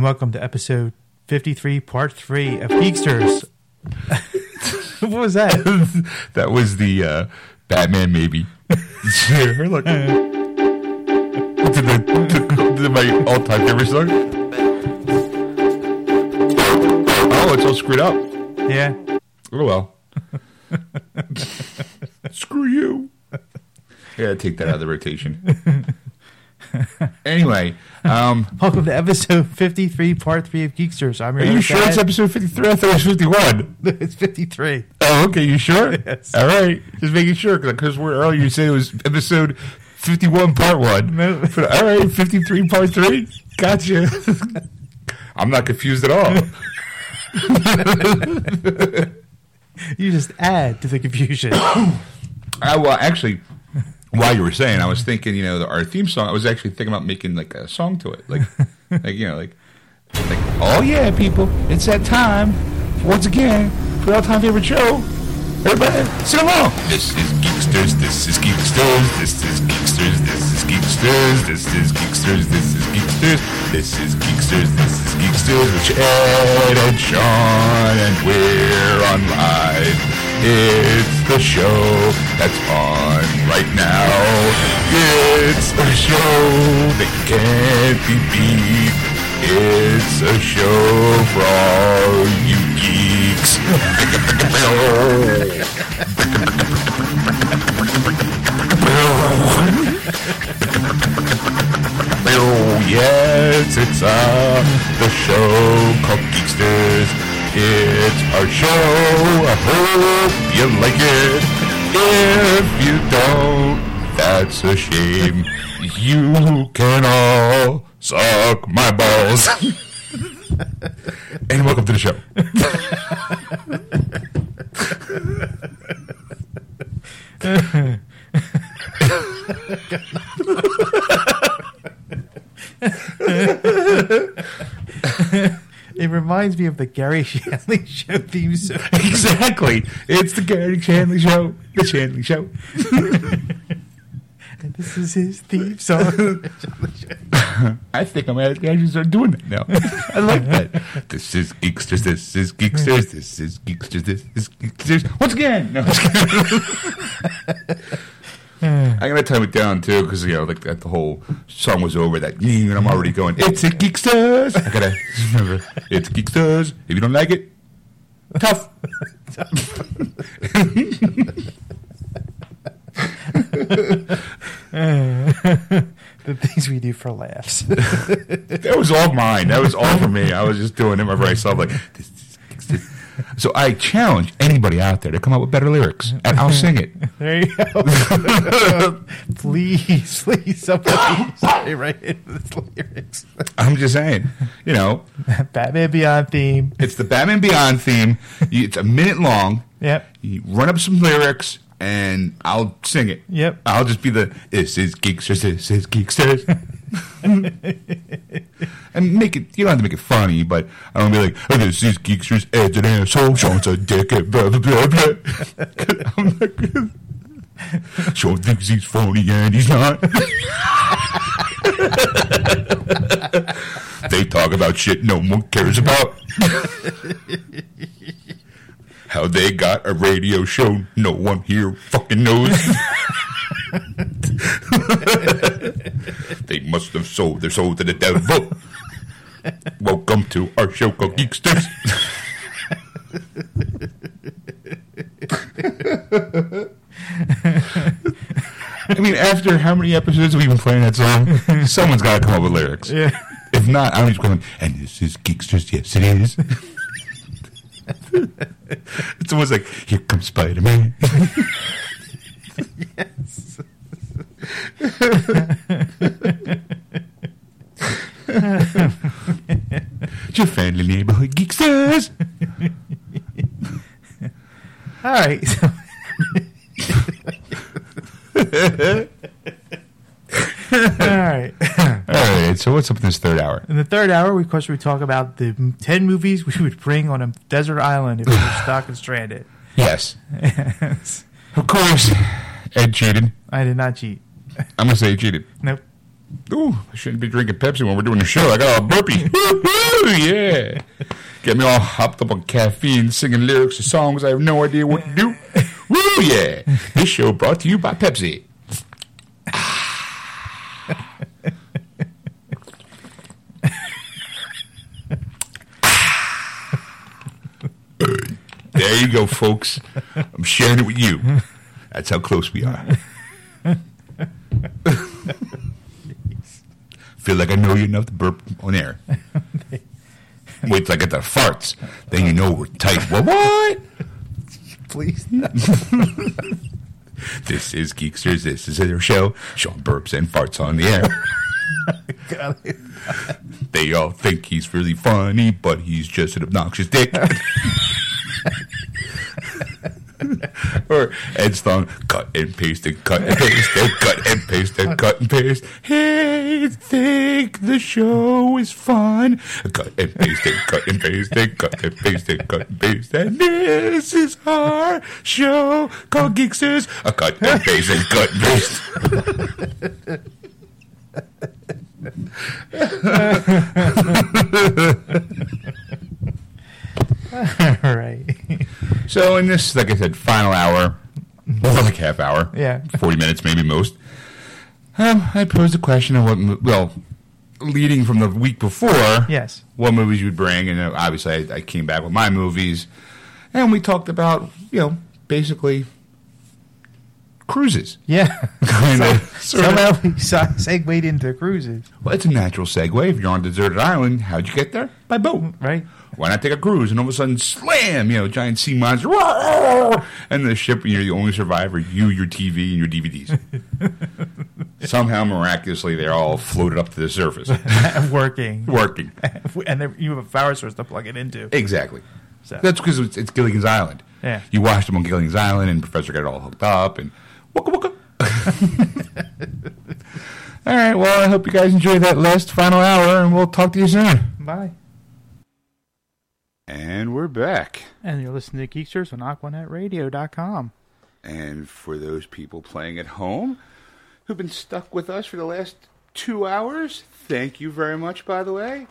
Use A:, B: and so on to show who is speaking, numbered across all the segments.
A: welcome to episode 53, part 3 of Geeksters. what was that?
B: that was the uh, Batman maybe. Her look. to the, to, to my all-time favorite song. Oh, it's all screwed up.
A: Yeah.
B: Oh well. Screw you. Yeah, take that out of the rotation. anyway, um,
A: Welcome to episode 53, part 3 of Geeksters. I'm your
B: are you
A: host,
B: sure it's
A: Ed.
B: episode fifty-three? I thought it was fifty-one.
A: It's 53.
B: Oh, okay. You sure?
A: Yes.
B: All right. Just making sure because we're earlier. You said it was episode fifty-one, part one.
A: No.
B: But, all right, fifty-three, part three. Gotcha. I'm not confused at all.
A: You just add to the confusion.
B: I, well, actually, while you were saying, I was thinking, you know, the, our theme song. I was actually thinking about making like a song to it, like, like you know, like, like, oh yeah, people, it's that time once again for our time favorite show. Everybody, sing along. This is Geeksters. This is Geeksters. This is Geeksters. This is Geeksters. This is Geeksters. This is Geeksters. This is Geeksters. This is Geeksters. With Ed and Sean, and we're on live. It's the show that's on right now. It's a show that can't be beat. It's a show for all you geeks. Oh yes, it's uh, the show called Geeksters. It's our show. I hope you like it. If you don't, that's a shame. You can all suck my balls. and welcome to the show.
A: It reminds me of the Gary Shanley show theme song.
B: Exactly. It's the Gary Chanley Show. The Chanley Show.
A: And this is his theme song.
B: I think I'm gonna actually start doing that now. I like that. This is geeksters. This is geeksters. This is geeksters. This is geeksters. Once again, no, I'm just kidding. I'm gonna time it down too because you know, like that the whole song was over. That and I'm already going. It's a geeksters. I gotta remember. It's geeksters. If you don't like it, tough.
A: the things we do for laughs.
B: That was all mine. That was all for me. I was just doing it whenever I saw like this. is geeksters. So I challenge anybody out there to come up with better lyrics, and I'll sing it.
A: There you go. please, please, somebody stay right into the lyrics.
B: I'm just saying, you know,
A: Batman Beyond theme.
B: it's the Batman Beyond theme. You, it's a minute long.
A: Yep.
B: You run up some lyrics, and I'll sing it.
A: Yep.
B: I'll just be the this is geeksters, this is geeksters, and make it. You don't have to make it funny, but I don't be like oh, this is geeksters. Ed's an asshole. Sean's a dickhead. Blah blah blah blah. I'm not good. Sean thinks he's phony, and he's not. they talk about shit no one cares about. How they got a radio show, no one here fucking knows. they must have sold their soul to the devil. Welcome to our show called Geeksters. I mean, after how many episodes have we been playing that song? Someone's got to come up with lyrics.
A: Yeah.
B: If not, I'm just going, and this is Geeksters. Yes, it is. it's almost like, here comes Spider Man.
A: Yes.
B: It's your friendly neighborhood Geeksters.
A: All right. So, all right.
B: All right, so what's up in this third hour?
A: In the third hour, we, of course, we talk about the m- 10 movies we would bring on a desert island if we were stuck and stranded.
B: Yes. Of course, Ed cheated.
A: I did not cheat.
B: I'm going to say he cheated.
A: Nope.
B: Ooh, I shouldn't be drinking Pepsi when we're doing the show. I got all burpy. Woo-hoo, yeah. Get me all hopped up on caffeine, singing lyrics to songs I have no idea what to do. Woo, yeah. This show brought to you by Pepsi. Ah. There you go, folks. I'm sharing it with you. That's how close we are. Feel like I know you enough to burp on air. Wait till I get the farts. Then you know we're tight. What? What?
C: Please.
B: This is Geeksters. This is their show. Sean burps and farts on the air.
C: God, it-
B: They all think he's really funny, but he's just an obnoxious dick. or Ed Stone, cut and paste and cut and paste and cut and paste and cut and paste. Hey, think the show is fun. Cut and paste and cut and paste and cut and paste and cut and paste. And this is our show called Geeksters. A cut and paste and cut and paste.
C: All right.
B: So in this, like I said, final hour, or like half hour,
C: Mm-hmm. Yeah.
B: forty minutes maybe most. Um, I posed a question of what, mo- well, leading from the week before,
C: Yes.
B: what movies you'd bring, and uh, obviously I, I came back with my movies, and we talked about you know basically cruises.
C: Yeah.
B: Kind of, sort of.
C: Somehow we se- segued into cruises,
B: Well, it's a natural segue. If you're on a deserted island, how'd you get there? By boat.
C: right?
B: Why not take a cruise? And all of a sudden, slam! You know, giant sea monster, roar, and the ship. You're the only survivor. You, your TV, and your DVDs. Somehow, miraculously, they're all floated up to the surface,
C: Working.
B: working.
C: And then you have a power source to plug it into.
B: Exactly.
C: So.
B: That's because it's, it's Gilligan's Island.
C: Yeah.
B: You watched them on Gilligan's Island, and Professor got it all hooked up, and waka waka. all right. Well, I hope you guys enjoyed that last final hour, and we'll talk to you soon.
C: Bye.
B: And we're back.
C: And you're listening to Geeksters on AquanetRadio.com.
B: And for those people playing at home who've been stuck with us for the last two hours, thank you very much, by the way.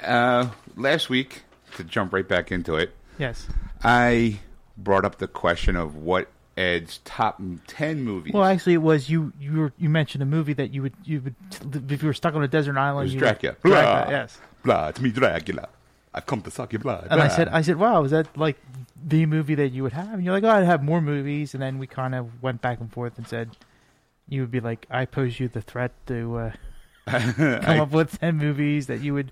B: Uh, last week, to jump right back into it,
C: Yes.
B: I brought up the question of what Ed's top 10 movies.
A: Well, actually, it was you. You were, you mentioned a movie that you would you would if you were stuck on a desert island.
B: It was
A: you
B: Dracula.
A: Would,
B: Blah.
A: Dracula, yes.
B: Blah, it's me, Dracula. I've come to suck your blood.
A: And I
B: Blah.
A: said, I said, wow, is that like the movie that you would have? And you're like, oh, I'd have more movies. And then we kind of went back and forth and said, you would be like, I pose you the threat to uh, come up with ten movies that you would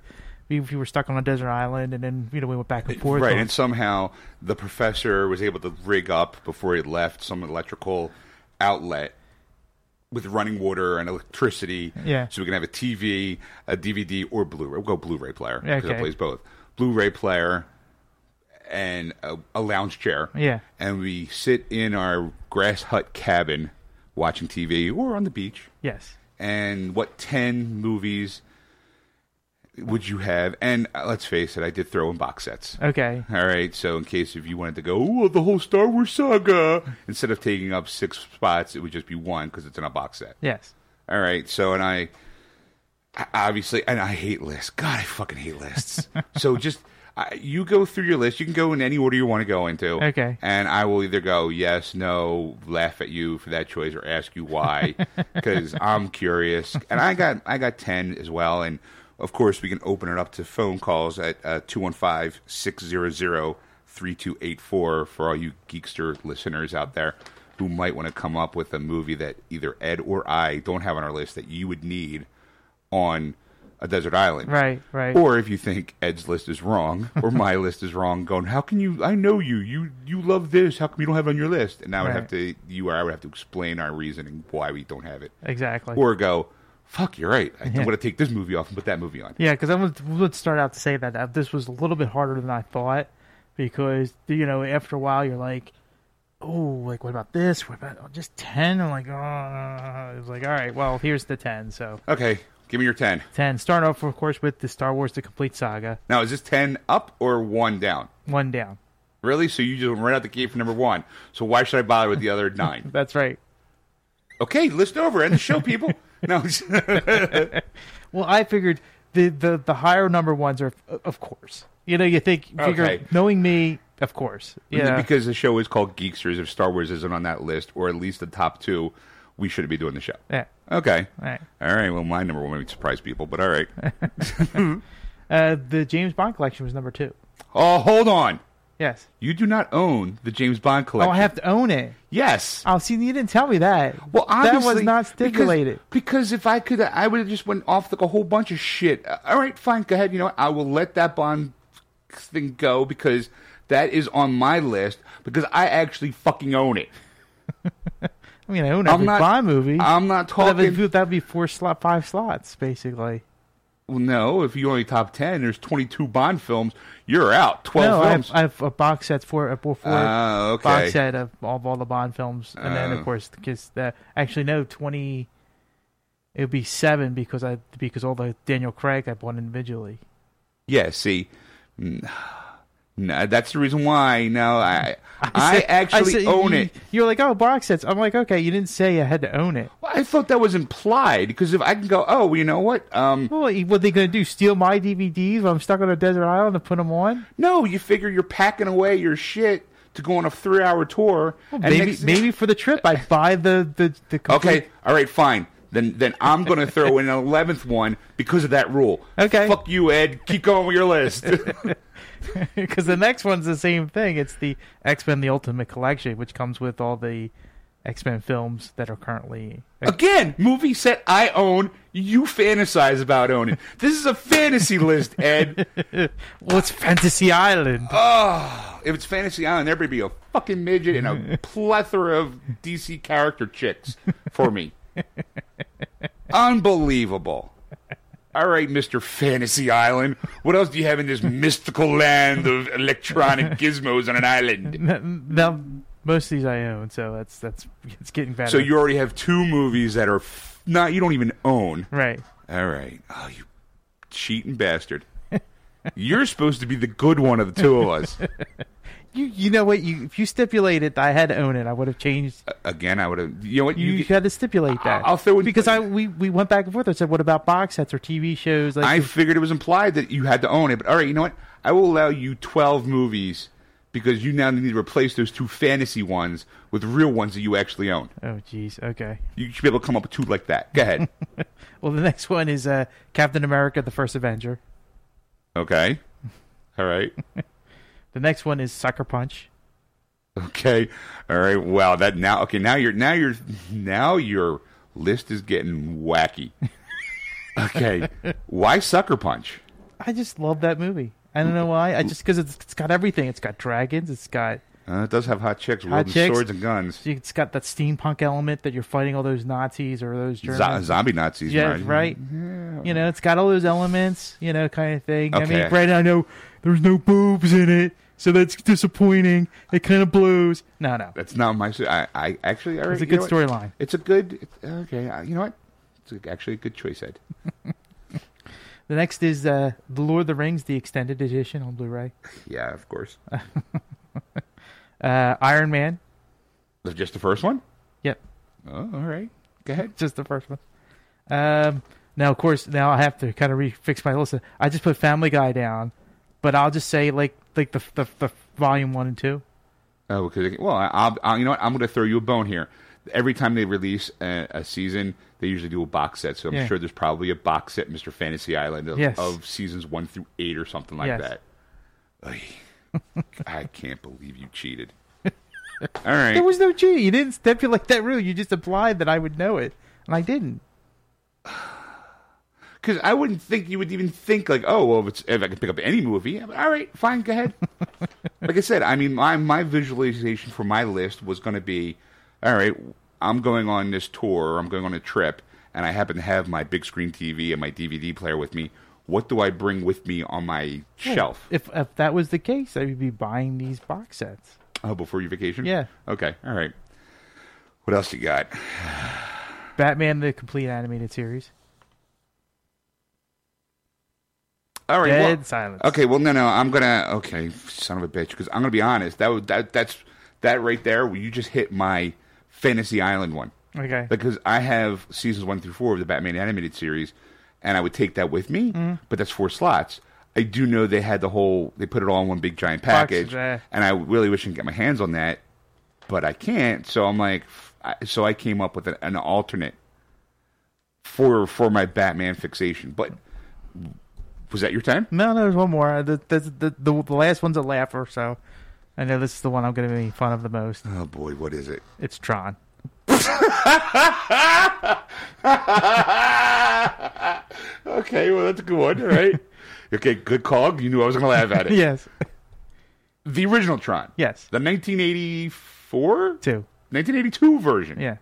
A: be if you were stuck on a desert island. And then you know we went back and forth.
B: Right,
A: on-
B: and somehow the professor was able to rig up before he left some electrical outlet with running water and electricity.
A: Yeah.
B: So we can have a TV, a DVD, or Blu-ray. We'll go Blu-ray player because it
A: Okay.
B: plays both. Blu-ray player and a, a lounge chair.
A: Yeah.
B: And we sit in our grass hut cabin watching TV or on the beach
A: yes.
B: and what 10 movies would you have? And uh, let's face it, I did throw in box sets.
A: Okay.
B: All right, so in case if you wanted to go, oh, the whole Star Wars saga, instead of taking up six spots, it would just be one because it's in a box set.
A: Yes.
B: All right, so and I I- obviously and I hate lists. God, I fucking hate lists. so just I, you go through your list. You can go in any order you want to go into.
A: Okay.
B: And I will either go yes, no, laugh at you for that choice, or ask you why because I'm curious. And I got I got ten as well. And of course, we can open it up to phone calls at uh, 215 600 3284 for all you geekster listeners out there who might want to come up with a movie that either Ed or I don't have on our list that you would need on a desert island.
A: Right. Right.
B: Or if you think Ed's list is wrong or my list is wrong, going, how can you? I know you. You you love this. How come you don't have it on your list? And I would
A: Right.
B: have to you or I would have to explain our reasoning why we don't have it,
A: exactly.
B: or go, fuck, you're right. I am going to take this movie off and put that movie on.
A: Yeah, because I would, would start out to say that uh, this was a little bit harder than I thought, because you know after a while you're like, oh, like what about this? What about oh, just ten? I'm like, oh, it was like all right, well here's the ten. So
B: Okay, give me your ten.
A: ten. Start off of course with the Star Wars: The Complete Saga,
B: Now is this ten up or one down?
A: one down.
B: Really? So you just went right out the gate for number one. So why should I bother with the other nine?
A: That's right.
B: Okay, list over and show people. No,
A: Well, I figured the, the, the higher number ones are, of course. You know, you think, you figure,
B: Okay.
A: knowing me, of course. Yeah.
B: because the show is called Geeksters. If Star Wars isn't on that list, or at least the top two, we shouldn't be doing the show.
A: yeah.
B: Okay.
A: All right.
B: All right. Well, my number one would surprise people, but all right.
A: Uh, the James Bond collection was number two.
B: Oh, hold on.
A: Yes.
B: You do not own the James Bond collection.
A: Oh, I have to own it.
B: Yes.
A: Oh, see, you didn't tell me that.
B: Well,
A: that
B: obviously,
A: was not
B: because-
A: stipulated.
B: Because, if I could, I would have just went off like a whole bunch of shit. Uh, All right, fine, go ahead. You know, what? I will let that Bond thing go because that is on my list because I actually fucking own it.
A: I mean, I own
B: I'm
A: every
B: not-
A: Bond movie.
B: I'm not
A: But that would,
B: talking.
A: be- that would be four slot, five slots, basically.
B: Well, no, if you only top ten, there's 22 Bond films. You're out. 12
A: no, I have,
B: films.
A: I have a box set for a four
B: Ah, okay.
A: box set of all, of all the Bond films, and then
B: Oh.
A: of course because the actually no twenty, it would be seven because I because all the Daniel Craig I bought individually.
B: yeah. See, Mm. no, that's the reason why. No, I, I,
A: said-
B: actually
A: said-
B: own
A: you-
B: it.
A: You're like oh box sets. I'm like okay, you didn't say I had to own it.
B: Well, I thought that was implied because if I can go, oh, you know what? Um,
A: Well, what are they going to do? Steal my DVDs? When I'm stuck on a desert island and put them on?
B: No, you figure you're packing away your shit to go on a three hour tour. and
A: maybe
B: next-
A: maybe for the trip I buy the the the complete-
B: Okay, all right, fine. Then then I'm gonna throw in an eleventh one because of that rule.
A: Okay.
B: Fuck you, Ed. Keep going with your list.
A: Because the next one's the same thing. It's the X Men: The Ultimate Collection, which comes with all the X Men films that are currently.
B: Again, movie set I own, you fantasize about owning. This is a fantasy list, Ed.
A: Well, it's Fantasy Island.
B: Oh, if it's Fantasy Island, there'd be a fucking midget and a plethora of DC character chicks for me. Unbelievable. All right, Mr. Fantasy Island. What else do you have in this mystical land of electronic gizmos on an island?
A: now, most of these I own, so that's that's it's getting better.
B: So you already have two movies that are f- not you don't even own.
A: right.
B: All right. Oh, you cheating bastard. You're supposed to be the good one of the two of us.
A: You you know what? You if you stipulated that I had to own it, I would have changed.
B: Again, I would have. Uh, You know what?
A: You,
B: get-
A: had to stipulate that.
B: I'll throw in-
A: because I we, we went back and forth. I said, what about box sets or TV shows? Like
B: I figured it was implied that you had to own it, but all right, you know what? I will allow you 12 movies because you now need to replace those two fantasy ones with real ones that you actually own.
A: oh jeez, okay.
B: You should be able to come up with two like that. Go ahead.
A: Well, the next one is uh, Captain America: The First Avenger.
B: okay. All right.
A: The next one is Sucker Punch.
B: Okay. All right. Wow, that now okay, now you're now you're now your list is getting wacky. Okay. Why sucker punch?
A: I just love that movie. I don't know
B: Mm.
A: why. I just because it's, it's got everything. It's got dragons. It's got
B: Uh, it does have hot chicks wielding
A: chicks.
B: swords and guns.
A: it's got that steampunk element that you're fighting all those Nazis or those
B: Zo-
A: Germans.
B: zombie Nazis,
A: yeah, right. You know, it's got all those elements. You know, kind of thing. I
B: Okay.
A: mean, Brandon, I know there's no boobs in it, so that's disappointing. It kind of blows. No, no,
B: That's not my. su- I, I actually. all
A: it's
B: right,
A: a
B: you
A: good
B: know what?
A: storyline.
B: It's a good. it's- Okay, uh, you know what? It's a- actually a good choice, Ed.
A: The next is uh, the Lord of the Rings, the extended edition on Blu-ray.
B: Yeah, of course.
A: Uh, Iron Man.
B: That's Uh, Just the first one.
A: Yep.
B: Oh, all right. Go ahead.
A: just the first one. Um, now, of course, now I have to kind of refix my list. I just put Family Guy down, but I'll just say like like the the, the volume one and two.
B: Oh, because well, I, I'll, i you know what? I'm going to throw you a bone here. Every time they release a, a season, they usually do a box set. So I'm
A: Yeah.
B: sure there's probably a box set, Mr. Fantasy Island, of,
A: Yes.
B: of seasons one through eight or something like
A: Yes.
B: that. Ay. I can't believe you cheated. All right.
A: There was no cheat. You didn't stipulate that rule. You just implied that I would know it, and I didn't.
B: Because I wouldn't think you would even think like, oh, well, if, it's, if I can pick up any movie, I'm- all right, fine, go ahead. like I said, I mean, my my visualization for my list was going to be, all right, I'm going on this tour, I'm going on a trip, and I happen to have my big screen TV and my DVD player with me. What do I bring with me on my shelf?
A: If if that was the case, I would be buying these box sets.
B: Oh, before your vacation?
A: Yeah.
B: Okay. All right. What else you got?
A: Batman: The Complete Animated Series.
B: All right. well-
A: Dead silence.
B: Okay, well, no, no, I'm gonna. Okay, son of a bitch, because I'm gonna be honest. That would that that's that right there. You just hit my fantasy island one.
A: Okay.
B: because I have seasons one through four of the Batman animated series, and I would take that with me. But that's four slots. I do know they had the whole. They put it all in one big giant package,
A: Boxes, eh.
B: and I really wish I could get my hands on that, but I can't. So I'm like, f- I- so I came up with an, an alternate for for my Batman fixation. But was that your time?
A: No, there's one more. Uh, The, the, the, the, the last one's a laugher, so I know this is the one I'm going to make fun of the most.
B: Oh boy, what is it?
A: It's Tron.
B: okay, well that's a good one, all right? okay, good call. You knew I was going to laugh at it.
A: Yes.
B: The original Tron.
A: Yes.
B: The 1984?
A: Two.
B: 1982 version.
A: Yeah.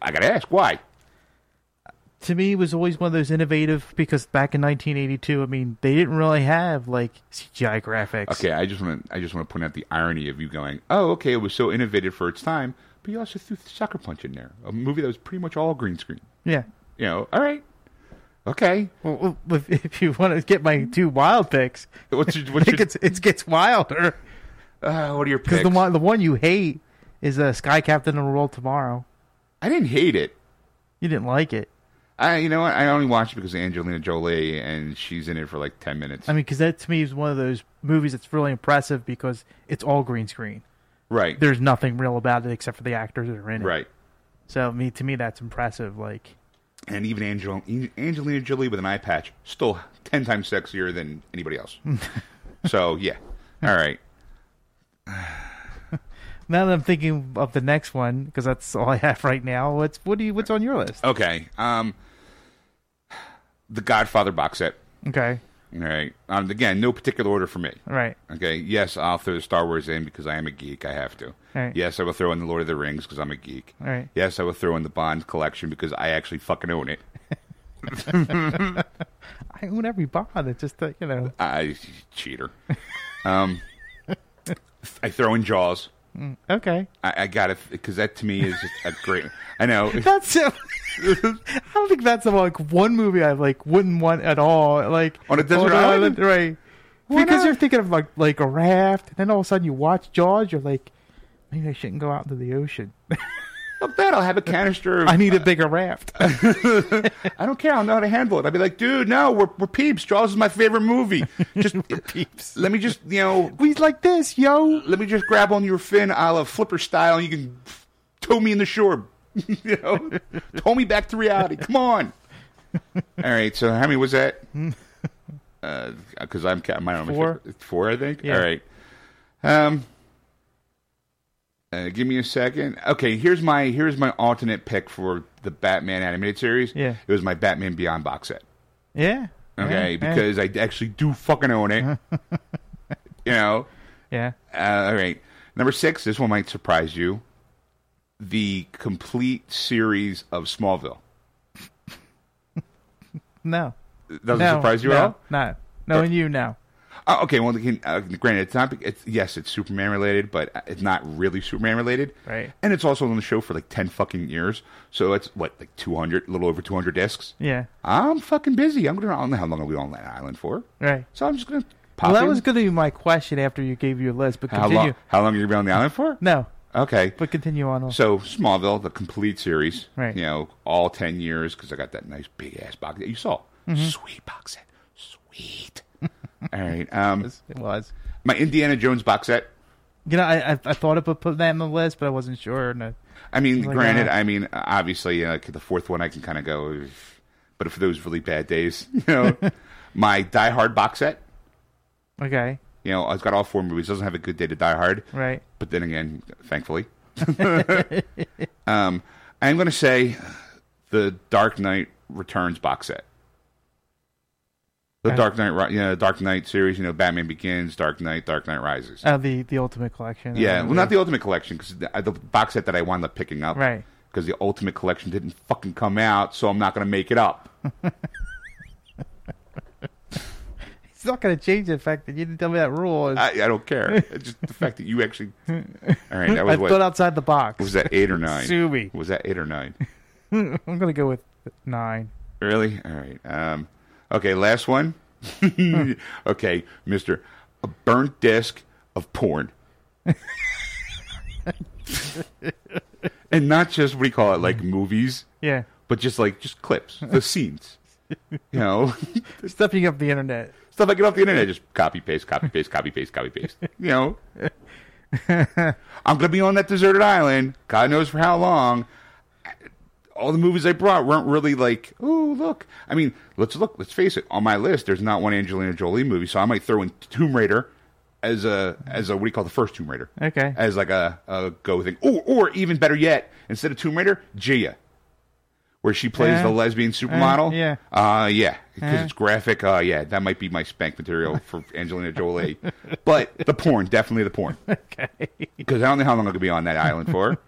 B: I got to ask, why?
A: To me, it was always one of those innovative because back in 1982, I mean, they didn't really have like CGI graphics.
B: Okay, I just want to I just want to point out the irony of you going, "Oh, okay, it was so innovative for its time, but you also threw Sucker Punch in there, a movie that was pretty much all green screen."
A: Yeah.
B: You know, all right. Okay.
A: Well, well, if, if you want to get my two wild picks,
B: What's your,
A: I
B: what's
A: think
B: your,
A: it's it gets wilder
B: uh, what are your picks?
A: because the one the one you hate is uh, Sky Captain and Roll Tomorrow.
B: I didn't hate it.
A: You didn't like it.
B: I you know, what? I only watched it because of Angelina Jolie and she's in it for like 10 minutes.
A: I mean, because that to me is one of those movies that's really impressive because it's all green screen.
B: right.
A: There's nothing real about it except for the actors that are in it.
B: Right.
A: So, I mean, to me, that's impressive. Like,
B: and even Angel- Angelina Jolie with an eye patch, still ten times sexier than anybody else. so yeah, all right.
A: now that I'm thinking of the next one, because that's all I have right now. What's what do you what's on your list?
B: Okay. Um, the Godfather box set.
A: Okay,
B: All right. Um, again, no particular order for me.
A: all right,
B: Okay. Yes, I'll throw Star Wars in because I am a geek. I have to.
A: Right.
B: Yes, I will throw in the Lord of the Rings because I'm a geek.
A: all right.
B: Yes, I will throw in the Bond collection because I actually fucking own it.
A: I own every bond. It's just that you know.
B: I cheater. um, I throw in Jaws.
A: Okay,
B: I, I got it because that to me is just a great. I know.
A: that's it. I don't think that's like one movie I like wouldn't want at all. Like
B: On a desert
A: an
B: island?
A: right?
B: Why
A: because
B: not?
A: you're thinking of like like a raft, and then all of a sudden you watch Jaws, you're like, maybe I shouldn't go out into the ocean.
B: I bet I'll have a canister. Of,
A: I need a bigger raft.
B: I don't care. I'll know how to handle it. I'd be like, dude, no, we're, we're peeps. Jaws is my favorite movie. Just peeps. Let me just, you know,
A: He's like this, yo.
B: let me just grab on your fin, a la flipper style, and you can tow me in the shore. you know, tow me back to reality. Come on. All right. So how many was that? Because I'm ca- mine are my
A: Four.
B: favorite- Four, I think.
A: Yeah.
B: All right. Um. uh, give me a second. Okay, here's my here's my alternate pick for the Batman animated series.
A: Yeah.
B: it was my Batman Beyond box set.
A: Yeah.
B: Okay,
A: Yeah,
B: because I actually do fucking own it. you know,
A: yeah.
B: uh, all right. Number six, this one might surprise you. The complete series of Smallville.
A: No.
B: Doesn't
A: no,
B: surprise you
A: no,
B: at all?
A: Not knowing you now.
B: Oh, okay, well, again, uh, granted, it's not. It's, yes, it's Superman related, but it's not really Superman related.
A: Right.
B: And it's also on the show for like 10 fucking years. So it's, what, like 200, a little over 200 discs?
A: Yeah.
B: I'm fucking busy. I'm going to, I don't know how long I'll be on that island for.
A: Right.
B: So I'm just going to pop
A: Well, that
B: in.
A: was going to be my question after you gave your list, but
B: How
A: continue.
B: long, how long are you going to be on the island for?
A: No,
B: Okay.
A: but continue on.
B: So Smallville, the complete series,
A: Right.
B: You know, all ten years because I got that nice big ass box that you saw, sweet box set, sweet. all right, um,
A: it was.
B: my Indiana Jones box set.
A: You know, I I, I thought about putting that on the list, but I wasn't sure. No.
B: I mean,
A: Like,
B: granted,
A: uh,
B: I mean, obviously, you know, like the fourth one, I can kind of go, "Ugh," but for those really bad days, you know, my Die Hard box set.
A: Okay.
B: You know, it's got all four movies. Doesn't have a good day to Die Hard,
A: Right.
B: but then again, thankfully, um, I'm going to say the Dark Knight Returns box set. The
A: Okay.
B: Dark Knight, Ri- you know, Dark Knight series, you know, Batman Begins, Dark Knight, Dark Knight Rises.
A: Oh, the the Ultimate Collection.
B: yeah, well, not the Ultimate Collection because the, the box set that I wound up picking up,
A: Right.
B: Because the Ultimate Collection didn't fucking come out, so I'm not going to make it up.
A: It's not going to change the fact that you didn't tell me that rule. Is,
B: I, I don't care. It's just the fact that you actually. All right, that
A: I
B: was what
A: thought outside the box.
B: was that eight or nine?
A: Sue me.
B: Was that eight or nine?
A: I'm going to go with nine.
B: Really? All right. Um, okay, last one. okay, Mister, a burnt disc of porn. and not just what do you call it, like movies,
A: Yeah.
B: but just like just clips, the scenes. You know,
A: Stuff you get off the internet.
B: stuff I get off the internet, just copy paste, copy paste, copy paste, copy paste. You know, I'm gonna be on that deserted island. God knows for how long. All the movies I brought weren't really like, oh look. I mean, let's look. Let's face it. On my list, there's not one Angelina Jolie movie, so I might throw in Tomb Raider as a as a what do you call the first Tomb Raider?
A: Okay.
B: as like a, a go thing. Or, or even better yet, instead of Tomb Raider, Gia, where she plays
A: Yeah.
B: the lesbian supermodel.
A: Eh, yeah. Eh.
B: Uh, yeah. Because
A: Yeah.
B: it's graphic. Uh, yeah. That might be my spank material for Angelina Jolie. but the porn, definitely the porn.
A: Okay.
B: Because I don't know how long I could be on that island for.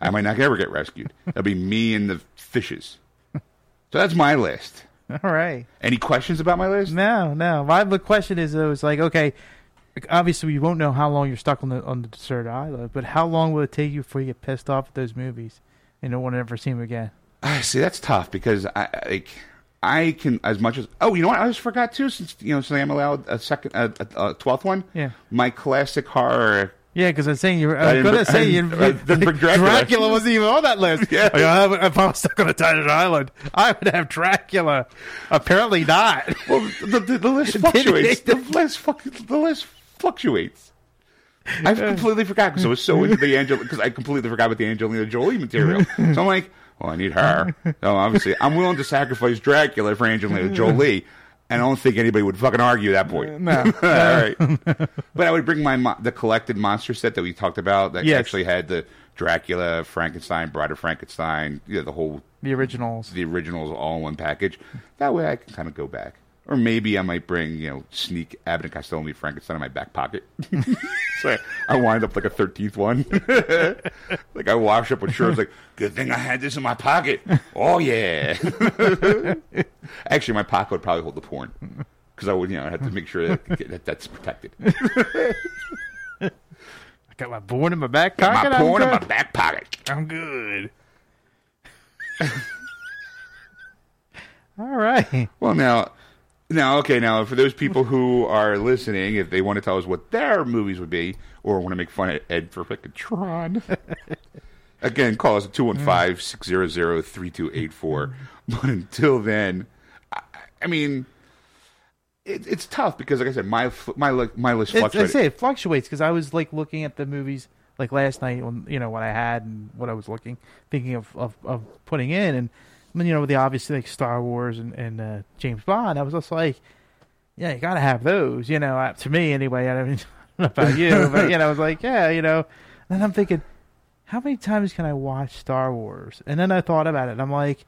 B: I might not ever get rescued. That'll be me and the fishes. So that's my list.
A: All right.
B: Any questions about my list?
A: No, no. My the question is though, it's like okay, like, obviously you won't know how long you're stuck on the on the deserted island, but how long will it take you before you get pissed off at those movies and don't want to ever see them again?
B: Ah, See, that's tough because I I- like I can as much as oh you know what I just forgot too since you know since I'm allowed a second a, a, a twelfth one
A: Yeah.
B: my classic horror
A: Yeah, because I'm saying you're. I'm
B: didn't
A: gonna
B: br- I
A: say you.
B: didn't- I didn't bring Dracula.
A: Dracula wasn't even on that list.
B: Yeah.
A: Like, I would- if I was stuck on a deserted island, I would have Dracula. Apparently not.
B: well the, the, the list fluctuates the list fuck, the list fluctuates I've completely forgot because I was so into the Angel because I completely forgot about the Angelina Jolie material so I'm like well I need her so obviously I'm willing to sacrifice Dracula for Angelina Jolie and I don't think anybody would fucking argue that point
A: Uh, No.
B: All right. But I would bring my mo- the collected monster set that we talked about that
A: Yes.
B: actually had the Dracula, Frankenstein, Bride of Frankenstein, you know, the whole
A: The originals.
B: the originals all in one package. That way I can kind of go back. Or maybe I might bring, you know, sneak Abbott and Costello meet Frankenstein in my back pocket. so I wind up like a 13th one. like I wash up with shirts like, good thing I had this in my pocket. Oh, yeah. Actually, my pocket would probably hold the porn. Because I would, you know, I have to make sure that, that that's protected.
A: I got my board in my back
B: My
A: pocket. I'm
B: porn in my
A: good.
B: back pocket.
A: I'm good. All right.
B: Well, now, now, okay, now for those people who are listening, if they want to tell us what their movies would be, or want to make fun of Ed for picking Tron, again, call us at 215-600-3284. But until then, I, I mean, it, it's tough because, like I said, my fl- my li- my list
A: It's, I
B: fluctuates.
A: say it fluctuates because I was like looking at the movies like last night when you know what I had and what I was looking thinking of of, of putting in and I mean, you know the obviously like Star Wars and and uh, James Bond I was just like yeah you gotta have those you know uh, to me anyway I don't know about you but you know I was like yeah you know and then I'm thinking how many times can I watch Star Wars and then I thought about it and I'm like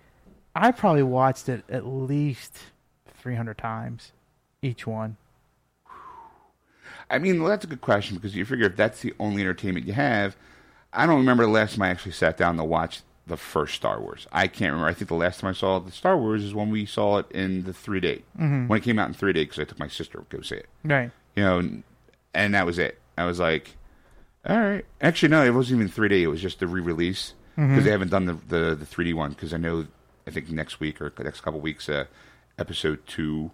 A: I probably watched it at least 300 times each one
B: I mean, well, that's a good question because you figure if that's the only entertainment you have, I don't remember the last time I actually sat down to watch the first Star Wars. I can't remember. I think the last time I saw the Star Wars is when we saw it in the three day when it came out in three day because I took my sister to go see it.
A: right
B: You know, and, and that was it. I was like, all right. Actually, no, it wasn't even three D. It was just the re release because they haven't done the the the three D one because I know I think next week or next couple weeks, uh, episode two,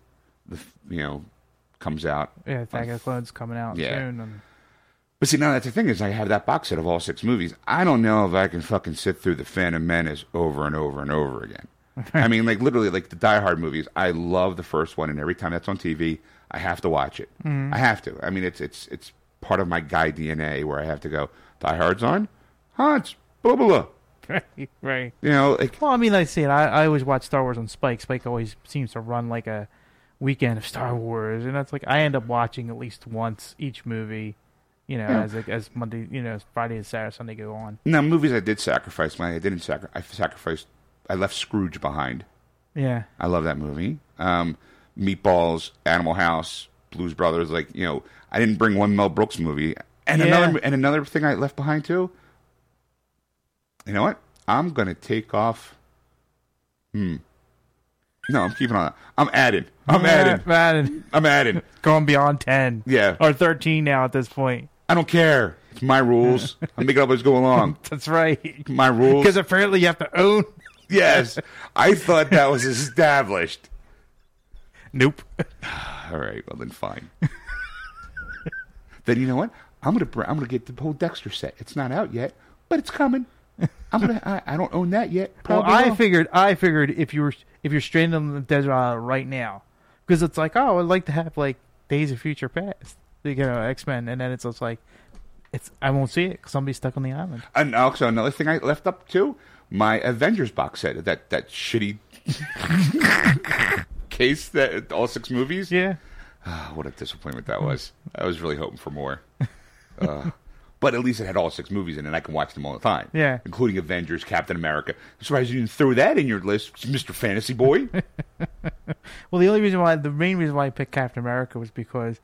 B: the f- you know, comes out
A: Yeah, Attack of the Clones coming out
B: Yeah.
A: soon. And
B: But see, now that's the thing is, I have that box set of all six movies. I don't know if I can fucking sit through the Phantom Menace over and over and over again. I mean, like literally, like the Die Hard movies. I love the first one, and every time that's on TV, I have to watch it. I have to. I mean, it's it's it's part of my guy DNA where I have to go. Die Hard's on, huh? It's blah blah blah.
A: right, right.
B: You know, like
A: Well, I mean, like I said, I, I always watch Star Wars on Spike. Spike always seems to run like a weekend of Star Wars, and that's like I end up watching at least once each movie. You know, as like, as Monday, you know, as Friday and Saturday, Sunday go on.
B: now movies I did sacrifice. My I didn't sacrifice. I sacrificed. I left Scrooge behind.
A: Yeah,
B: I love that movie. Um, Meatballs, Animal House, Blues Brothers. Like you know, I didn't bring one Mel Brooks movie. And
A: Yeah.
B: another and another thing I left behind too. You know what? I'm gonna take off. Hmm. No, I'm keeping on. I'm adding. I'm adding.
A: Madden
B: I'm adding.
A: going beyond ten.
B: Yeah.
A: or thirteen now at this point.
B: I don't care. It's my rules. I'm making up as I go along.
A: That's right.
B: My rules.
A: Because apparently you have to own.
B: Yes, I thought that was established.
A: Nope.
B: All right, well then fine. then you know what? I'm gonna br- I'm gonna get the whole Dexter set. It's not out yet, but it's coming. I'm gonna. I, I don't own that yet.
A: Well,
B: Probably
A: I
B: will.
A: figured I figured if you were if you're stranded on the desert island right now, because it's like oh I'd like to have like Days of Future Past, you know X Men, and then it's just like it's I won't see it because somebody's stuck on the island.
B: And also another thing I left up too, my Avengers box set. That that shitty case that all six movies.
A: Yeah,
B: Ah, what a disappointment that was. I was really hoping for more. Uh, but at least it had all six movies in it, and I can watch them all the time.
A: Yeah.
B: Including Avengers, Captain America. I'm surprised you didn't throw that in your list, Mr. Fantasy Boy.
A: Well, the only reason why, the main reason why I picked Captain America was because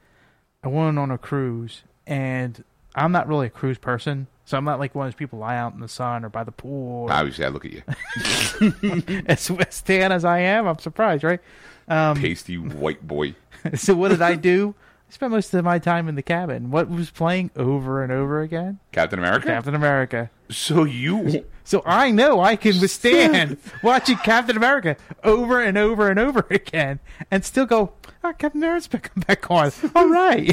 A: I went on a cruise, and I'm not really a cruise person, so I'm not like one of those people lie out in the sun or by the pool. Or,
B: Obviously, I look at you.
A: as as tan as I am, I'm surprised, right? Um,
B: Pasty white boy.
A: so what did I do? I spent most of my time in the cabin. What was playing over and over again?
B: Captain America?
A: Captain America.
B: So you.
A: So I know I can withstand watching Captain America over and over and over again and still go, oh, Captain America's back, back on. All right.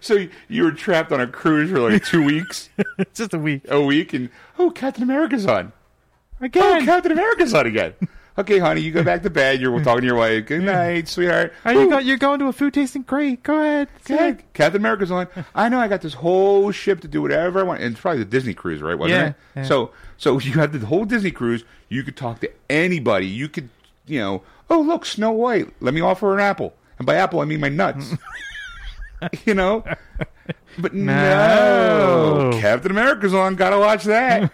B: So you were trapped on a cruise for like two weeks,
A: it's just a week.
B: a week, and oh, Captain America's on. Oh,
A: Again.
B: Captain America's on again. Okay, honey, you go back to bed. You're talking to your wife. Good night, sweetheart.
A: Are you
B: Ooh,
A: go- you're going to a food tasting? Great. Go ahead.
B: Go ahead. Captain America's on. I know I got this whole ship to do whatever I want. And it's probably the Disney cruise, right? Wasn't
A: Yeah,
B: it?
A: yeah.
B: So so you have the whole Disney cruise. You could talk to anybody. You could, you know, oh look, Snow White. Let me offer her an apple. And by apple I mean my nuts. you know? But no.
A: No.
B: Captain America's on, gotta watch that.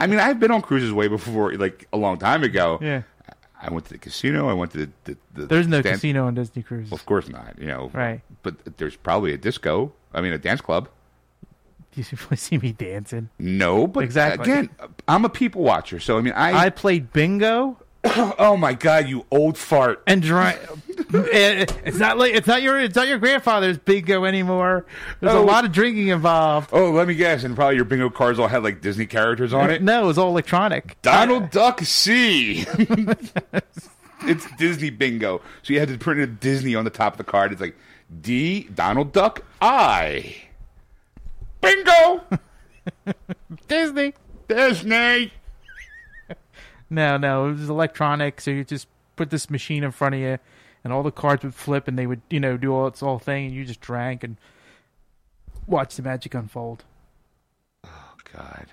B: I mean, I've been on cruises way before, like a long time ago.
A: Yeah.
B: I went to the casino. I went to the. the, the
A: There's no
B: stand-
A: casino on Disney Cruise.
B: well, of course not. You know,
A: Right.
B: But there's probably a disco. I mean, a dance club.
A: You should probably see me dancing.
B: No, but
A: Exactly.
B: again, I'm a people watcher. So I mean, I,
A: I played bingo
B: oh my god, you old fart.
A: and dry. eh, it's not like it's not your it's not your grandfather's bingo anymore. There's
B: Oh.
A: a lot of drinking involved.
B: Oh, let me guess, and probably your bingo cards all had like Disney characters on it.
A: No, it was all electronic.
B: Donald Duck C. it's Disney bingo. So you had to print a Disney on the top of the card. It's like D Donald Duck I. Bingo.
A: Disney.
B: Disney.
A: No, no, it was electronic. So you just put this machine in front of you, and all the cards would flip, and they would you know do all its whole thing, and you just drank and watched the magic unfold.
B: Oh God,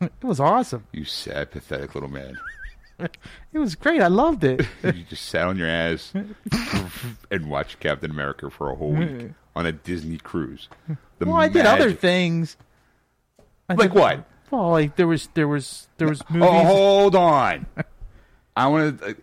A: It was awesome.
B: you sad, pathetic little man.
A: It was great. I loved it.
B: you just sat on your ass and watched Captain America for a whole week on a Disney cruise. The
A: Well, I did other
B: magic-
A: things. I
B: Like
A: did-
B: what?
A: Well, like there was there was there was movies.
B: Oh, hold on. I want to.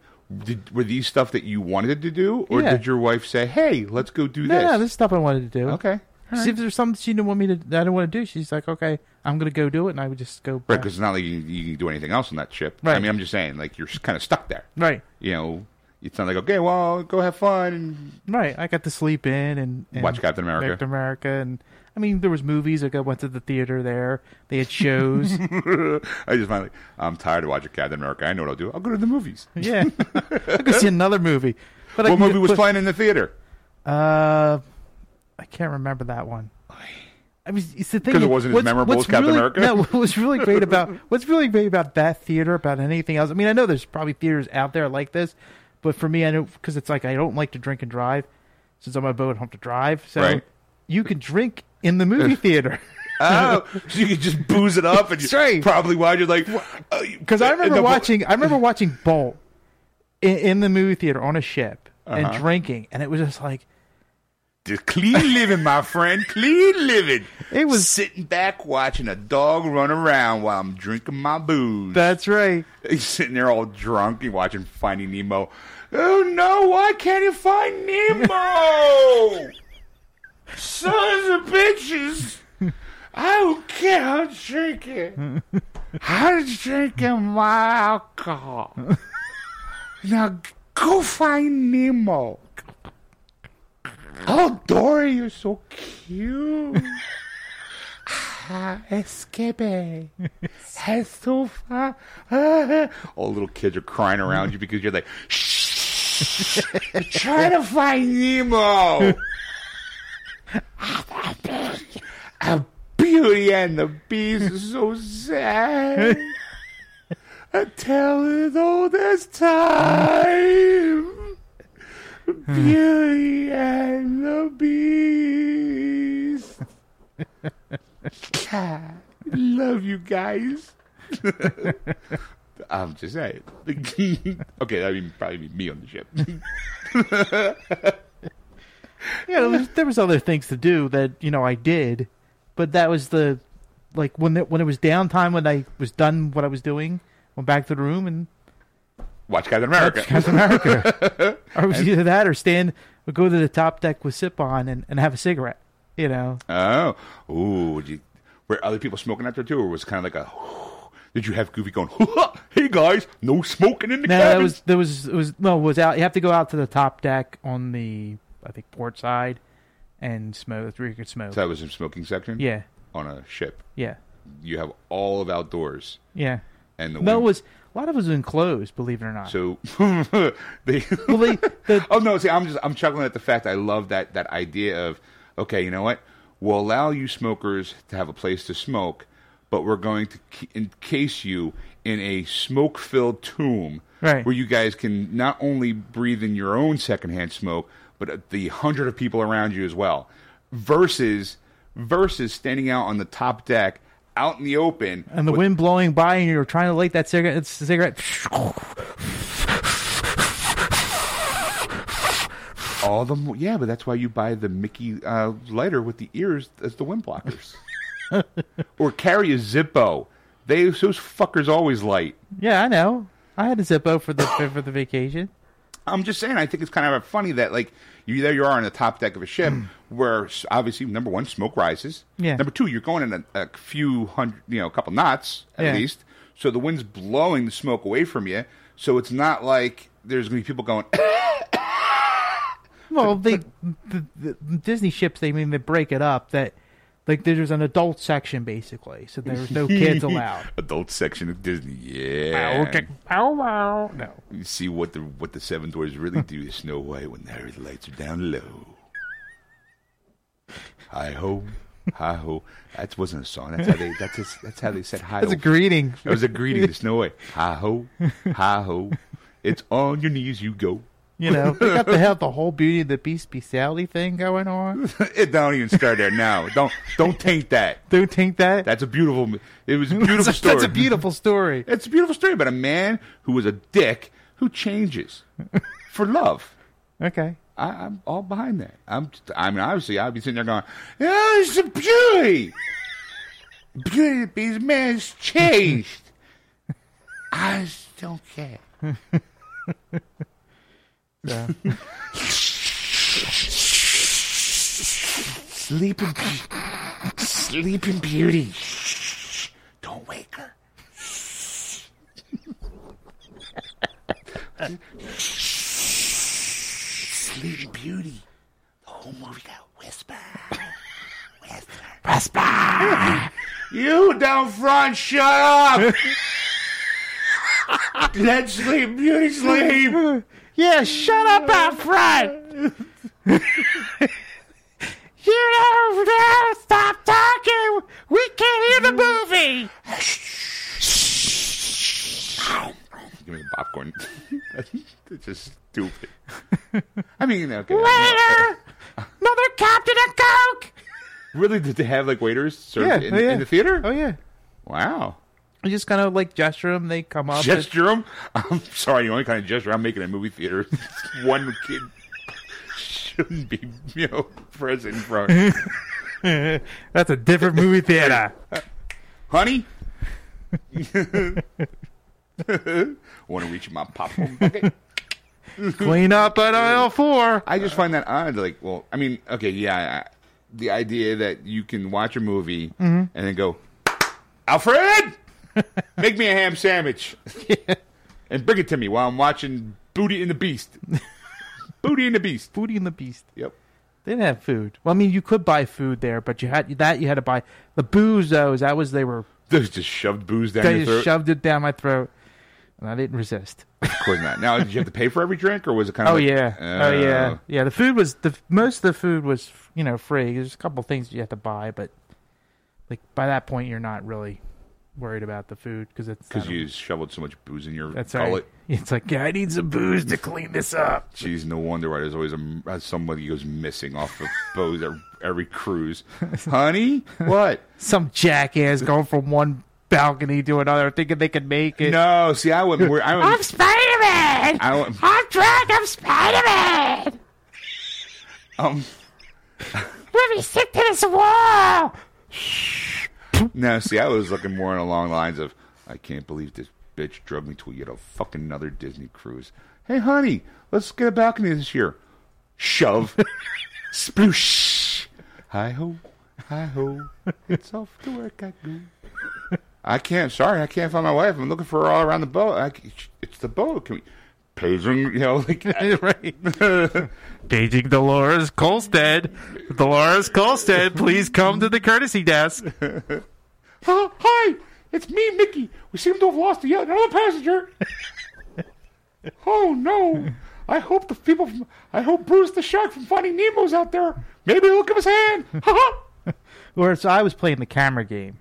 B: Did, were these stuff that you wanted to do, or
A: Yeah.
B: did your wife say, "Hey, let's go do
A: no,
B: this"?
A: no, this is stuff I wanted to do.
B: oh, okay,
A: See if there's something she didn't want me to. that I didn't want to do. She's like, okay, I'm gonna go do it, and I would just go.
B: right?
A: back.
B: Because it's not like you, you can do anything else on that ship. I
A: Right.
B: mean, I'm just saying, like you're kind of stuck there.
A: right,
B: You know, it's not like okay, well, go have fun and
A: right. I got to sleep in and, and
B: watch Captain America.
A: Captain America, and I mean, there was movies. Like I went to the theater there. They had shows.
B: I just finally, I'm tired of watching Captain America. I know what I'll do. I'll go to the movies.
A: yeah, I could see another movie. But I
B: What
A: can-
B: movie was
A: but-
B: playing in the theater?
A: Uh, I can't remember that one. I mean, it's the thing
B: 'Cause it wasn't as
A: what's-
B: memorable as
A: what's
B: Captain
A: really-
B: America?
A: No, what's really great about what's really great about that theater about anything else. I mean, I know there's probably theaters out there like this, but for me, I know because it's like I don't like to drink and drive. Since I'm a boat, I don't have to drive. So
B: Right.
A: you can drink in the movie theater.
B: Oh, so you could just booze it up and
A: That's right.
B: probably why you're like uh, because
A: Because I remember watching, I remember watching Bolt in, in the movie theater on a ship
B: Uh-huh.
A: and drinking, and it was just like
B: clean living, my friend, clean living.
A: It was-
B: sitting back watching a dog run around while I'm drinking my booze.
A: that's right.
B: He's sitting there all drunk and watching Finding Nemo. Oh no, why can't you find Nemo? Sons of bitches! I don't care, I'm drinking. I'm drinking my alcohol. Now go find Nemo. Oh, Dory, you're so cute. Ah, Escape. Has so far. All little kids are crying around you because you're like, shh, trying to find Nemo. "Ah, Beauty and the Beast is so sad. Until it all this time. Beauty and the Beast. God, love you guys. I'm just saying. okay, that would probably be me on the ship.
A: Yeah, there was, there was other things to do that you know I did, but that was the like when it, when it was downtime when I was done what I was doing, went back to the room and
B: Watch Captain America.
A: Captain America. or it was either that or stand or go to the top deck with sip on and, and have a cigarette. You know,
B: Oh, ooh, did you, were other people smoking out there too, or was it kind of like a? Did you have Goofy going? Hey guys, no smoking in the
A: no, that
B: cabin.
A: was there was it was no it was out. You have to go out to the top deck on the I think port side and smoke. That's where you could smoke.
B: So that was in smoking section.
A: yeah,
B: on a ship,
A: yeah,
B: you have all of outdoors
A: yeah.
B: and the
A: No, it
B: wind-
A: was a lot of it was enclosed. Believe it or not.
B: So they.
A: well, they, the,
B: oh no! See, I'm just I'm chuckling at the fact. I love that that idea of okay, you know what? We'll allow you smokers to have a place to smoke, but we're going to ke- encase you in a smoke-filled tomb,
A: Right.
B: Where you guys can not only breathe in your own secondhand smoke, but uh, the hundred of people around you as well. Versus versus standing out on the top deck, out in the open,
A: and the wind blowing by, and you're trying to light that cigarette. It's a cigarette.
B: All the mo- yeah, but that's why you buy the Mickey uh, lighter with the ears as the wind blockers, or carry a Zippo. They those fuckers always light.
A: Yeah, I know. I had a Zippo for the for the vacation.
B: I'm just saying. I think it's kind of funny that like you there you are on the top deck of a ship where s- obviously number one smoke rises.
A: Yeah.
B: Number two, you're going in a, a few hundred, you know, a couple knots at
A: Yeah.
B: least. So the wind's blowing the smoke away from you. So it's not like there's going to be people going.
A: Well, they the, the Disney ships they mean they break it up that like there's an adult section basically, so there's no kids allowed.
B: Adult section of Disney. Yeah.
A: Pow wow. No.
B: You see what the what the seven dwarfs really do to Snow White when their lights are down low. Hi ho, hi ho. That wasn't a song. That's how they that's just, that's how they said hi.
A: That's
B: ho.
A: a greeting.
B: That was a greeting to Snow White. Hi ho, hi ho. It's on your knees you go.
A: You know, they got to have the whole Beauty and the Beast bestiality thing going on.
B: it don't even start there now. Don't don't taint that.
A: Don't think that.
B: That's a beautiful. It was a beautiful
A: that's,
B: story.
A: that's a beautiful story.
B: It's a beautiful story about a man who was a dick who changes for love.
A: Okay.
B: I, I'm all behind that. I'm. I mean, obviously, I'd be sitting there going, "Yeah, it's a beauty. Beauty, these man's changed. I just don't care."
A: So,
B: Sleeping, sleeping beauty. Don't wake her. sleeping beauty. The whole movie got whisper. Whisper. You down front, shut up. Let sleep beauty sleep.
A: yeah, shut up out front. you don't know, stop talking. We can't hear the movie.
B: Give me the popcorn. That's just stupid. I mean, okay.
A: Waiter! Another Captain of Coke!
B: Really? Did they have like waiters served
A: Yeah,
B: in,
A: oh, yeah.
B: in the theater?
A: Oh, yeah.
B: Wow.
A: You just kind of like gesture them, they come up. and-
B: Gesture 'em? I'm sorry, the only kind of gesture I'm making in a movie theater is one kid shouldn't be, you know, present in front.
A: That's a different movie theater.
B: Honey? Want to reach in my popcorn bucket?
A: Clean up at aisle four.
B: I just find that odd. Like, well, I mean, okay, yeah, I, the idea that you can watch a movie
A: Mm-hmm.
B: and then go, Alfred, make me a ham sandwich and bring it to me while I'm watching Booty and the Beast. Booty and the Beast.
A: Booty and the Beast.
B: Yep.
A: They didn't have food. Well, I mean, you could buy food there, but you had that. You had to buy the booze. Though, is that was they were
B: They just shoved booze down
A: they
B: your
A: just
B: throat.
A: shoved it down my throat, and I didn't resist.
B: of course not. Now, did you have to pay for every drink, or was it kind of?
A: Oh
B: like,
A: yeah, oh
B: uh,
A: yeah, yeah. The food was the most of the food was you know free. There's a couple things you have to buy, but like by that point you're not really worried about the food because it's I
B: because
A: don't-
B: you shoveled so much booze in your
A: that's all
B: gullet.
A: right. It's like yeah, I need some booze to clean this up.
B: Jeez, no wonder why there's always a, uh, somebody goes missing off of boats every, every cruise. Honey, what?
A: Some jackass going from one balcony to another, thinking they can make it.
B: No, see, I wouldn't. Worry, I wouldn't.
A: Spider Man.
B: I wouldn't
A: I'm drunk. I'm Spider Man.
B: um,
A: Let me stick to this wall.
B: no, see, I was looking more along the lines of, I can't believe this bitch drugged me to yet a fucking another Disney cruise. Hey, honey, let's get a balcony this year. Shove, sploosh, hi ho, hi ho, it's off to work I go. I can't. Sorry, I can't find my wife. I'm looking for her all around the boat. I, it's the boat. Can we? Paging, you know, like
A: right. Paging Dolores Colstead. Dolores Colstead, please come to the courtesy desk.
B: Oh, hi, it's me, Mickey. We seem to have lost yet another passenger. oh no! I hope the people from I hope Bruce the shark from Finding Nemo's out there. Maybe he'll give us a hand. Ha ha!
A: Or so I was playing the camera game.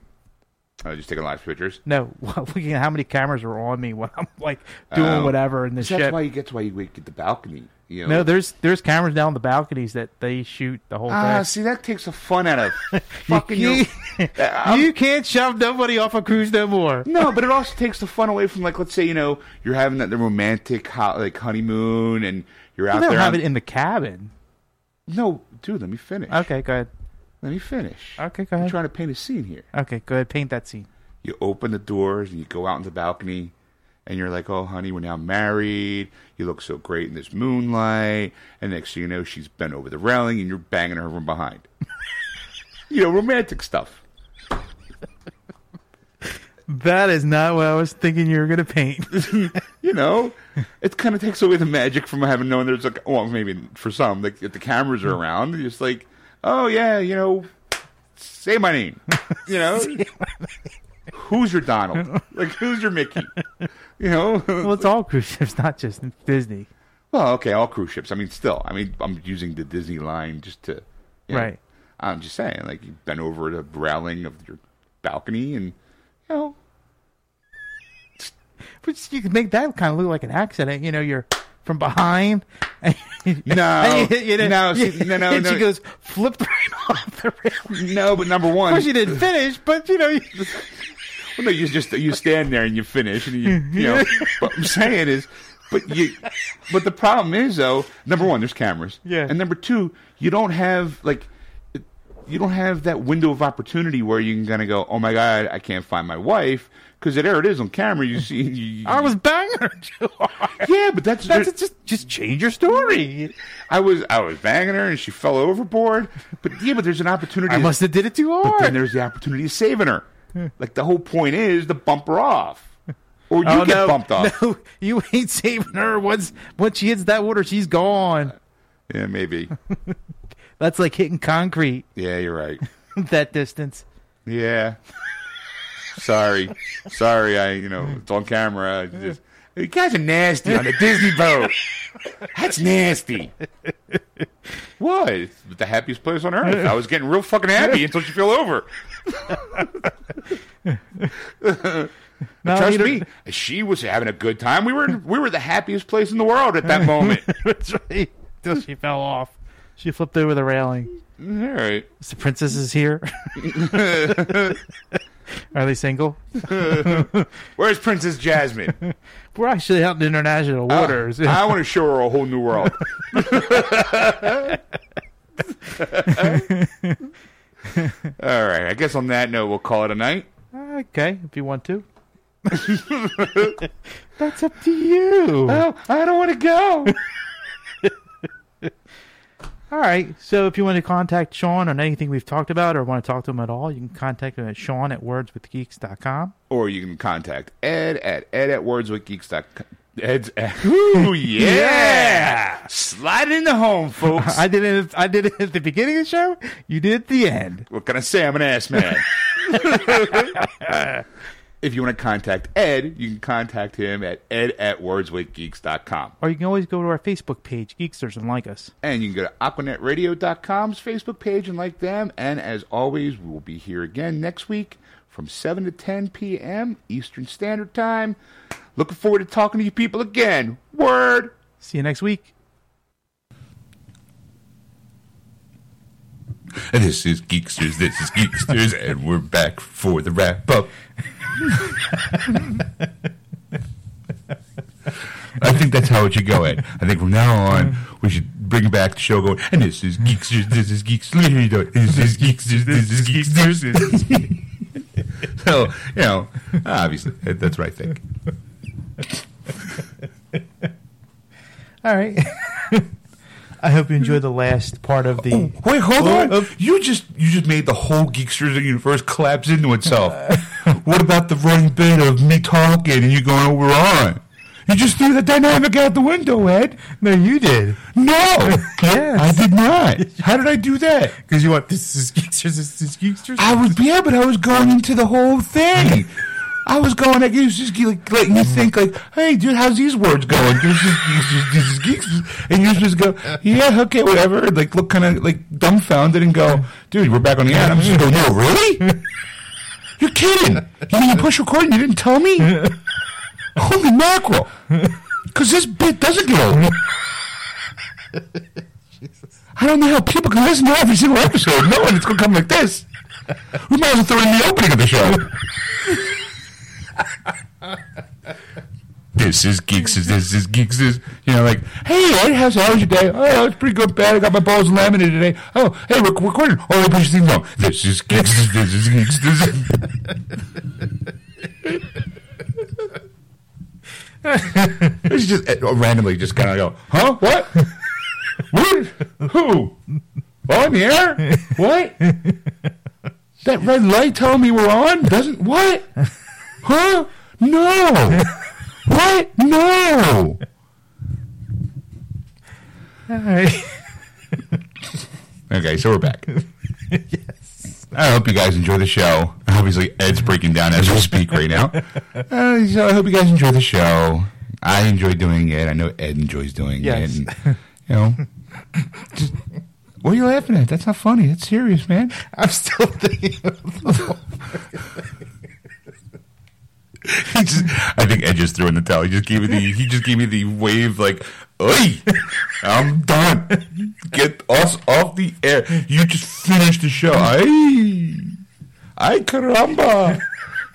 B: I
A: Oh,
B: was just taking live pictures.
A: No, looking at how many cameras were on me when I'm like doing
B: Oh.
A: whatever in the
B: That's
A: ship.
B: why you get why you get the balcony. You know.
A: no, there's there's cameras down the balconies that they shoot the whole
B: ah,
A: thing.
B: see that takes the fun out of fucking. your- I'm-
A: you can't shove nobody off a cruise no more.
B: No, but it also takes the fun away from like let's say you know you're having that the romantic ho- like honeymoon and you're out
A: They don't
B: there.
A: have
B: on-
A: it in the cabin.
B: No, dude, let me finish.
A: Okay, go ahead.
B: Let me finish.
A: Okay, go
B: I'm
A: ahead.
B: trying to paint a scene here.
A: Okay, go ahead. Paint that scene.
B: you open the doors and you go out on the balcony and you're like, oh, honey, we're now married. You look so great in this moonlight. And next thing you know, she's bent over the railing and you're banging her from behind. you know, romantic stuff.
A: That is not what I was thinking you were going to paint.
B: You know, it kind of takes away the magic from having known there's like, well, maybe for some, like if the cameras are around, you're just like, oh, yeah, you know, say my name. You know, who's your Donald? Like, who's your Mickey? You know,
A: well, it's all cruise ships, not just Disney.
B: Well, okay, all cruise ships. I mean, still, I mean, I'm using the Disney line just to, you know,
A: Right.
B: I'm just saying, like you bent over the railing of your balcony, and you know,
A: But you can make that kind of look like an accident. You know, you're from behind. And
B: No.
A: and you, you know,
B: No, see, no, no,
A: and
B: no.
A: She goes, flipped right off the rail.
B: no. But number
A: Of
B: one,
A: course, you didn't finish, but you know, you,
B: well, no, you just you stand there and you finish, and you, you know. what I'm saying is, but you, but the problem is though, number one, there's cameras,
A: Yeah.
B: and number two, you don't have like. You don't have that window of opportunity where you can kind of go, oh my god, I can't find my wife because there it is on camera. You see, you,
A: I was banging her too hard.
B: Yeah, but that's,
A: That's
B: there-
A: just just change your story.
B: I was I was banging her and she fell overboard. But yeah, but there's an opportunity.
A: I must have did it too
B: but then
A: hard.
B: there's the opportunity of saving her.
A: Hmm.
B: Like the whole point is to bump her off, or you
A: Oh,
B: get
A: no,
B: bumped off.
A: No, you ain't saving her. Once once she hits that water, she's gone.
B: Yeah, maybe.
A: That's like hitting concrete
B: Yeah, you're right.
A: that distance.
B: Yeah. Sorry, sorry. I you know it's on camera. I just- you guys are nasty on the Disney boat. That's nasty. What? It's the happiest place on earth. I was getting real fucking happy until she fell over.
A: No,
B: Trust
A: Oh, you don't-
B: me, she was having a good time. We were we were the happiest place in the world at that moment.
A: That's right. Till she fell off. She flipped over the railing.
B: All right.
A: Is the princess is here? Are they single?
B: Where's Princess Jasmine?
A: We're actually out in international waters.
B: Oh. I, want to show her a whole new world. All right. I guess on that note, we'll call it a night.
A: okay, if you want to. That's up to you.
B: Oh, I don't want to go.
A: All right. So if you want to contact Sean on anything we've talked about or want to talk to him at all, you can contact him at Sean at wordswithgeeks.com.
B: or you can contact Ed at ed at wordswithgeeks.com. Ed's at, Ooh, yeah.
A: Yeah.
B: Slide it into home, folks.
A: I did it I did it at the beginning of the show, you did it at the end.
B: what can I say? I'm an ass man.
D: If you want to contact Ed, you can contact him at ed at wordswithgeeks.com.
A: Or you can always go to our Facebook page, Geeksters, and like us.
D: And you can go to AquanetRadio.com's Facebook page and like them. And as always, we will be here again next week from 7 to 10 p.m. Eastern Standard Time. Looking forward to talking to you people again. Word!
A: See you next week.
B: This is Geeksters, this is Geeksters, and we're back for the wrap up. I think that's how it should go, Ed. I think from now on, we should bring back the show going, and this is Geeksters, this is Geeksters, this is Geeksters, this is Geeksters. This is Geeksters. so, you know, obviously, that's what I think.
A: All right. I hope you enjoyed the last part of the.
B: Wait, hold
A: Oh,
B: on.
A: oh.
B: You just you just made the whole Geeksters universe collapse into itself. what about the running bit of me talking and you going, oh, we're on? You just threw the dynamic out the window, Ed.
A: No, you did.
B: No,
A: Yes.
B: I did not. How did I do that?
E: Because you want this is geeksters, this is geeksters.
B: I was yeah, but I was going into the whole thing. I was going like it was just like letting you think like, hey dude, how's these words going? This is geeks, this is geeks, and you just go, yeah, okay, whatever. and, Like look kind of like dumbfounded and go, dude, we're back on the air. And I'm just going, no, really? You're kidding? You mean you push record and you didn't tell me? Holy mackerel! Because this bit doesn't get old. I don't know how people can listen to every single episode knowing it's going to come like this. We might as well throw in the opening of the show. this is geeks. Is this is geeks? Is you know like hey, Ed, how's how was your day? Oh, it's pretty good. Bad. I got my balls laminated today. Oh, hey, we're recording. Oh, I pushed things on. This is geeks. Is this is geeks? This is. It's just uh, randomly just kind of go, huh? What? What? Who? On the air? What? That red light telling me we're on doesn't what? Huh? No. What? No.
A: All right.
B: Okay, so we're back. yes. I hope you guys enjoy the show. Obviously, Ed's breaking down as we speak right now. Uh, so I hope you guys enjoy the show. I enjoy doing it. I know Ed enjoys doing
A: Yes.
B: it. And, you know, just- what are you laughing at? That's not funny. That's serious, man.
E: I'm still thinking. Of the
B: He just, I think Ed just threw in the towel. He just gave me the he just gave me the wave like, "Oi, I'm done. Get us off the air. You just finished the show. Ay, ay, caramba.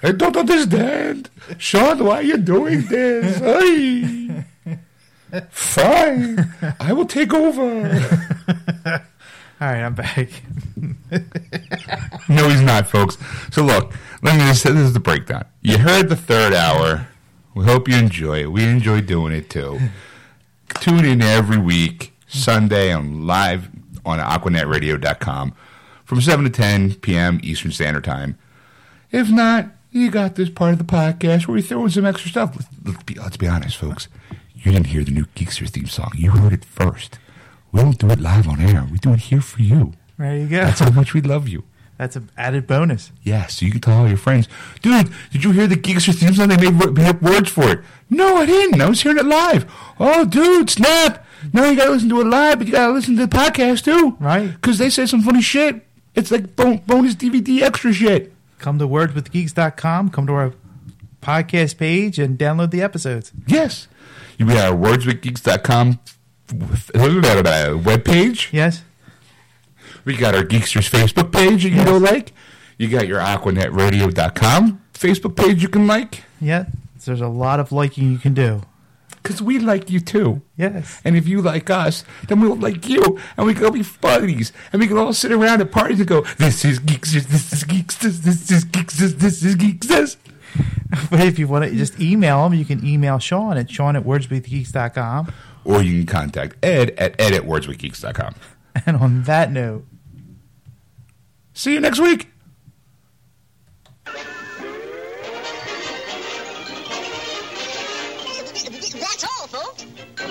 B: I don't understand, Sean. Why are you doing this? Ay. Fine, I will take over.
A: All right, I'm back.
B: No, he's not, folks. So look, let me just say this is the breakdown. You heard the third hour. We hope you enjoy it. We enjoy doing it too. Tune in every week, Sunday on live on AquanetRadio.com from seven to ten PM Eastern Standard Time. If not, you got this part of the podcast where we throw in some extra stuff. Let's, let's be, let's be honest, folks. You didn't hear the new Geekster theme song. You heard it first. We don't do it live on air. We do it here for you.
A: There you go.
B: That's how much we love you.
A: That's an added bonus.
B: Yeah, so you can tell all your friends, dude, did you hear the Geekster theme song? They made, wo- made up words for it. No, I didn't. I was hearing it live. Oh, dude, snap. Now you gotta listen to it live, but you gotta listen to the podcast too.
A: Right.
B: Because they said some funny shit. It's like bon- bonus DVD extra shit.
A: Come to wordswithgeeks.com, come to our podcast page, and download the episodes.
B: Yes. You be at our wordswithgeeks.com f- webpage.
A: Yes?
B: We got our Geeksters Facebook page that you go like. You got your AquanetRadio.com Facebook page you can like.
A: Yeah. There's a lot of liking you can do.
B: Because we like you too.
A: Yes.
B: And if you like us, then we'll like you, and we can all be buddies, and we can all sit around at parties and go, "This is geeks, this is geeks, this, this is geeks, this, this is geeks." This.
A: But if you want to just email them, you can email Sean at Sean at wordswithgeeks.com.
B: Or you can contact Ed at ed at wordswithgeeks.com.
A: And on that note,
B: See you next week.
F: That's all, folks.